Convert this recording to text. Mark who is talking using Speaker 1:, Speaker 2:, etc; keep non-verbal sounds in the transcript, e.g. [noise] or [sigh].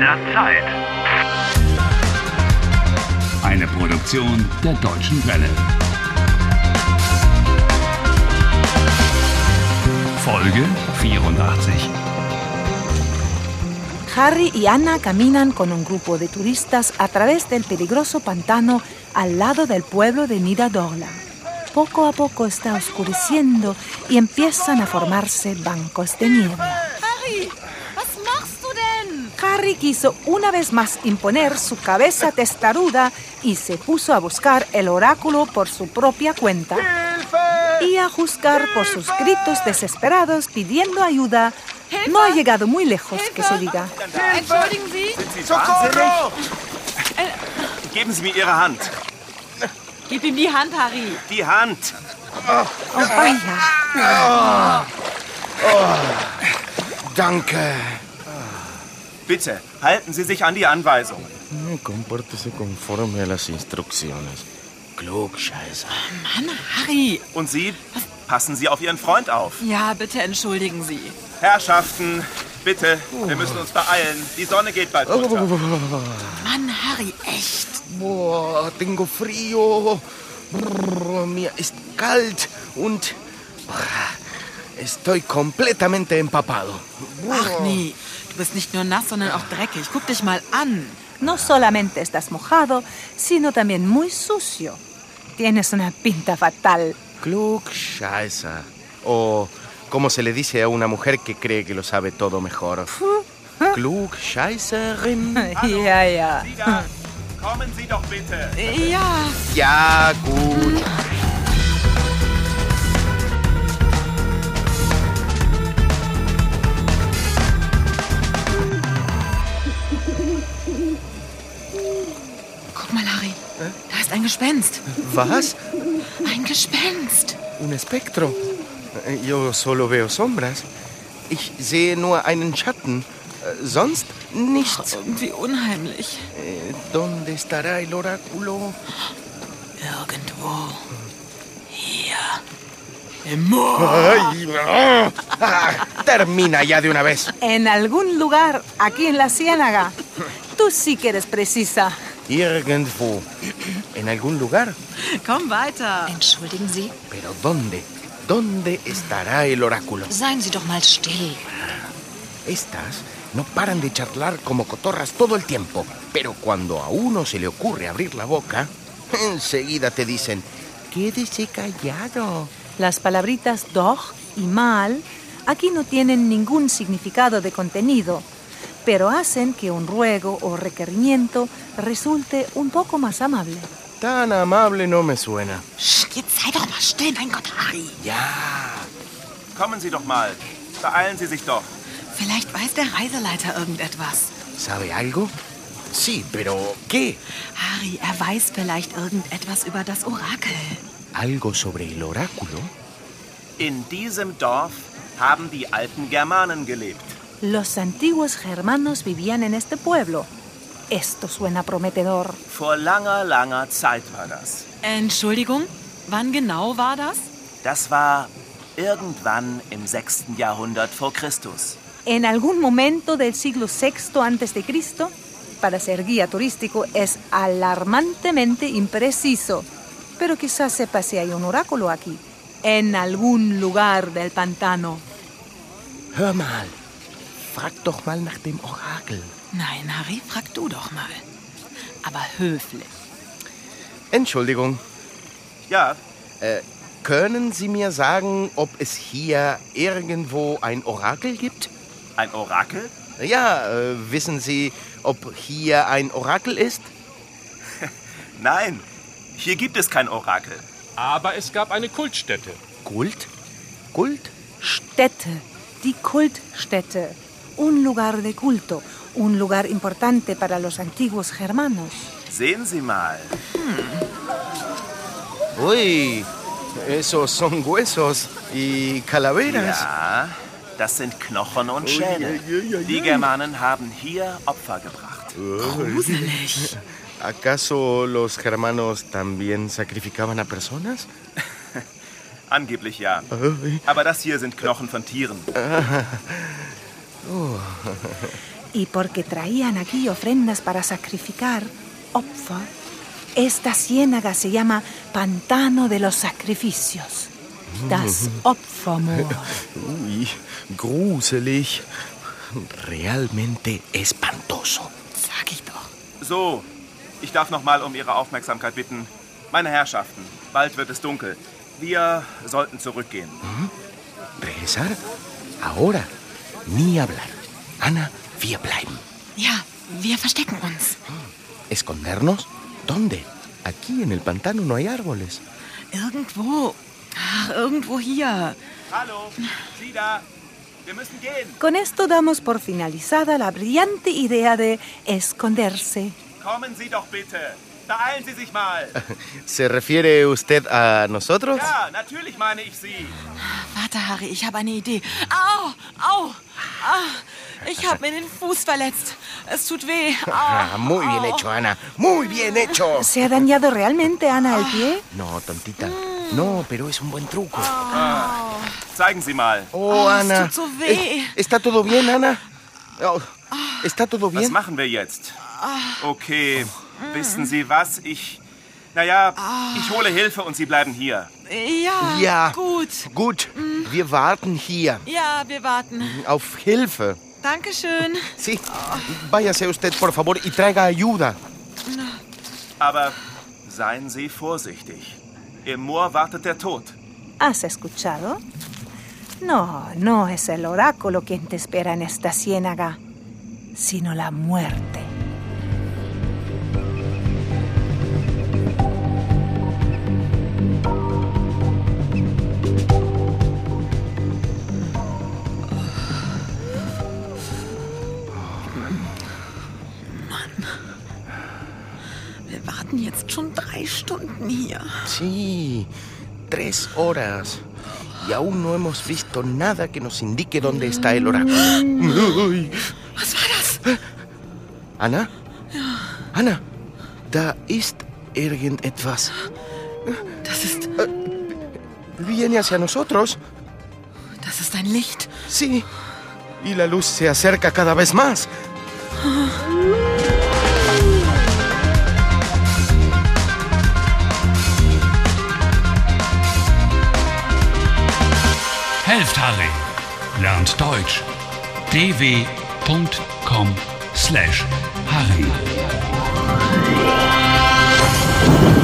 Speaker 1: der Zeit.
Speaker 2: Eine Produktion der Deutschen Welle. Folge 84.
Speaker 3: Harry y Anna caminan con un grupo de turistas a través del peligroso pantano al lado del pueblo de Nidadorla. Poco a poco está oscureciendo y empiezan a formarse bancos de nieve.
Speaker 4: Harry, was machst du denn?
Speaker 3: Harry quiso una vez más imponer su cabeza testaruda y se puso a buscar el oráculo por su propia cuenta y a juzgar por sus gritos desesperados pidiendo ayuda. No ha llegado muy lejos, que se diga.
Speaker 4: Entschuldigen Sie,
Speaker 5: Sie wahnsinnig? Geben Sie mir Ihre Hand.
Speaker 4: gib ihm die Hand, Harry.
Speaker 5: Die Hand.
Speaker 3: Oh, vaya.
Speaker 6: Danke.
Speaker 5: Bitte, halten Sie sich an die Anweisungen.
Speaker 6: Compórtese conforme a las instrucciones. Klugscheißer.
Speaker 4: Mann, Harry.
Speaker 5: Und Sie, passen Sie auf Ihren Freund auf.
Speaker 4: Ja, bitte entschuldigen Sie.
Speaker 5: Herrschaften, bitte, wir müssen uns beeilen. Die Sonne geht bald unter.
Speaker 4: Mann, Harry, echt.
Speaker 6: Boah, Ah, tengo frío. Brrr, mir ist kalt und brr, estoy completamente empapado. Oh. Ah,
Speaker 4: Ach nee, du bist nicht nur nass, sondern auch dreckig. Guck dich mal an.
Speaker 3: No solamente estás mojado, sino también muy sucio. Tienes una pinta fatal.
Speaker 6: Klugscheißer. O como se le dice a una mujer que cree que lo sabe todo mejor. [laughs] Klugscheißerin.
Speaker 3: Ya, ya.
Speaker 5: Sieger, kommen Sie doch bitte.
Speaker 4: Ja.
Speaker 6: Ja, gut.
Speaker 4: Guck mal, Harry. Da ist ein Gespenst.
Speaker 6: Was?
Speaker 4: Ein Gespenst.
Speaker 6: Un espectro. Eh, Yo solo veo sombras. Ich sehe nur einen Schatten. Äh, Sonst nichts.
Speaker 4: Irgendwie unheimlich.
Speaker 6: Äh, ¿Dónde estará el oráculo?
Speaker 4: Irgendwo. Hier. Im Moor.
Speaker 6: Ay, ah, ah, termina ya de una vez.
Speaker 3: En algún lugar, aquí en la ciénaga. Tú sí que eres precisa.
Speaker 6: Irgendwo. En algún lugar.
Speaker 4: Komm weiter.
Speaker 7: Entschuldigen Sie,
Speaker 6: Pero ¿dónde? ¿Dónde estará el oráculo?
Speaker 7: seien Sie doch mal still.
Speaker 6: Estas no paran de charlar como cotorras todo el tiempo, pero cuando a uno se le ocurre abrir la boca, enseguida te dicen, quédese callado.
Speaker 3: Las palabritas dog y mal aquí no tienen ningún significado de contenido, pero hacen que un ruego o requerimiento resulte un poco más amable.
Speaker 6: Tan amable no me suena.
Speaker 7: Psst, jetzt sei doch mal still, mein Gott, Harry.
Speaker 6: Ya.
Speaker 5: Kommen Sie doch mal. Beeilen Sie sich doch.
Speaker 4: Vielleicht weiß der Reiseleiter irgendetwas.
Speaker 6: ¿Sabe algo? Sí, pero ¿qué?
Speaker 4: Harry, er weiß vielleicht irgendetwas über das Orakel.
Speaker 6: ¿Algo sobre el oráculo?
Speaker 5: In diesem Dorf haben die alten Germanen gelebt.
Speaker 3: Los antiguos germanos vivían en este pueblo. Esto suena prometedor.
Speaker 5: Vor langer, langer Zeit war das.
Speaker 4: Entschuldigung, wann genau war das?
Speaker 5: Das war irgendwann im 6. Jahrhundert vor Christus.
Speaker 3: En algún momento del siglo VI antes de Cristo, para ser guía turístico es alarmantemente impreciso. Pero quizás sepa si hay un oráculo aquí, en algún lugar del pantano.
Speaker 6: Hör mal. Frag doch mal nach dem Orakel.
Speaker 4: Nein, Harry, frag du doch mal. Aber höflich.
Speaker 6: Entschuldigung,
Speaker 5: Ja,
Speaker 6: können Sie mir sagen, ob es hier irgendwo ein Orakel gibt?
Speaker 5: ein Orakel?
Speaker 6: Ja, äh, wissen Sie, ob hier ein Orakel ist?
Speaker 5: Nein, hier gibt es kein Orakel.
Speaker 8: Aber es gab eine Kultstätte.
Speaker 6: Kult? Kult?
Speaker 3: Stätte, die Kultstätte, un lugar de culto, un lugar importante para los antiguos germanos.
Speaker 5: Sehen Sie mal.
Speaker 6: Ui, esos son huesos y calaveras.
Speaker 5: Ja, Ah, das sind Knochen und Schädel. Die Germanen haben hier Opfer gebracht.
Speaker 6: ¿Acaso los germanos también sacrificaban a personas?
Speaker 5: Angeblich ja. Aber das hier sind Knochen von Tieren.
Speaker 3: y porque traían aquí ofrendas para sacrificar, Opfer, esta ciénaga se llama Pantano de los Sacrificios, das Opfermoor.
Speaker 6: Uy, gruselig. Realmente espantoso.
Speaker 7: Sag ich doch.
Speaker 5: So, ich darf nochmal um Ihre Aufmerksamkeit bitten. Meine Herrschaften, bald wird es dunkel. Wir sollten zurückgehen.
Speaker 6: ¿Regresar? Ahora. Ni hablar. Ana, wir bleiben.
Speaker 7: Ja, wir verstecken uns.
Speaker 6: ¿Escondernos? ¿Dónde? Aquí en el pantano no hay árboles. [laughs]
Speaker 4: Irgendwo. Ach, irgendwo hier.
Speaker 5: Hallo, Sie da. Wir müssen gehen.
Speaker 3: Con esto damos por finalizada la brillante idea de esconderse.
Speaker 5: Kommen Sie doch bitte. Beeilen Sie sich mal.
Speaker 6: ¿Se refiere usted a nosotros?
Speaker 5: Ja, natürlich meine ich Sie.
Speaker 4: Warte, Harry, ich habe eine Idee. Au, au. Ah, ich habe mir den Fuß verletzt. Es tut weh. Au,
Speaker 6: Ah, muy bien
Speaker 4: au.
Speaker 6: hecho, Ana. Muy bien hecho.
Speaker 3: ¿Se ha dañado realmente Ana el pie?
Speaker 6: No, tontita. No, pero es un buen truco.
Speaker 5: Zeigen Sie mal.
Speaker 6: Oh,
Speaker 4: es
Speaker 6: Ana.
Speaker 4: tut so weh.
Speaker 6: Eh, ¿Está todo bien, Ana? Oh, ¿Está todo
Speaker 5: Was
Speaker 6: bien?
Speaker 5: machen wir jetzt? Okay, wissen Sie was? Ich. Naja, ich hole Hilfe und Sie bleiben hier.
Speaker 4: Ja,
Speaker 6: Ja.
Speaker 4: gut.
Speaker 6: Gut, wir warten hier
Speaker 4: Ja, wir warten.
Speaker 6: auf Hilfe.
Speaker 4: Dankeschön.
Speaker 6: Sí, váyase usted, por favor, y traiga ayuda.
Speaker 5: Aber seien Sie vorsichtig. Im Moor wartet der Tod.
Speaker 3: ¿Has escuchado? No, no es el oráculo quien te espera en esta ciénaga, sino la muerte.
Speaker 7: Wir warten jetzt schon drei Stunden hier.
Speaker 6: Sí, tres horas. Y aún no hemos visto nada que nos indique dónde está el oráculo. Ay.
Speaker 7: Was war das?
Speaker 6: Anna? Anna, da ist irgendetwas.
Speaker 4: Das ist,
Speaker 6: Viene hacia nosotros.
Speaker 4: das ist ein Licht.
Speaker 6: Sí. Y la luz se acerca cada vez más.
Speaker 2: Helft Harry. Lernt Deutsch. dw.com/harry.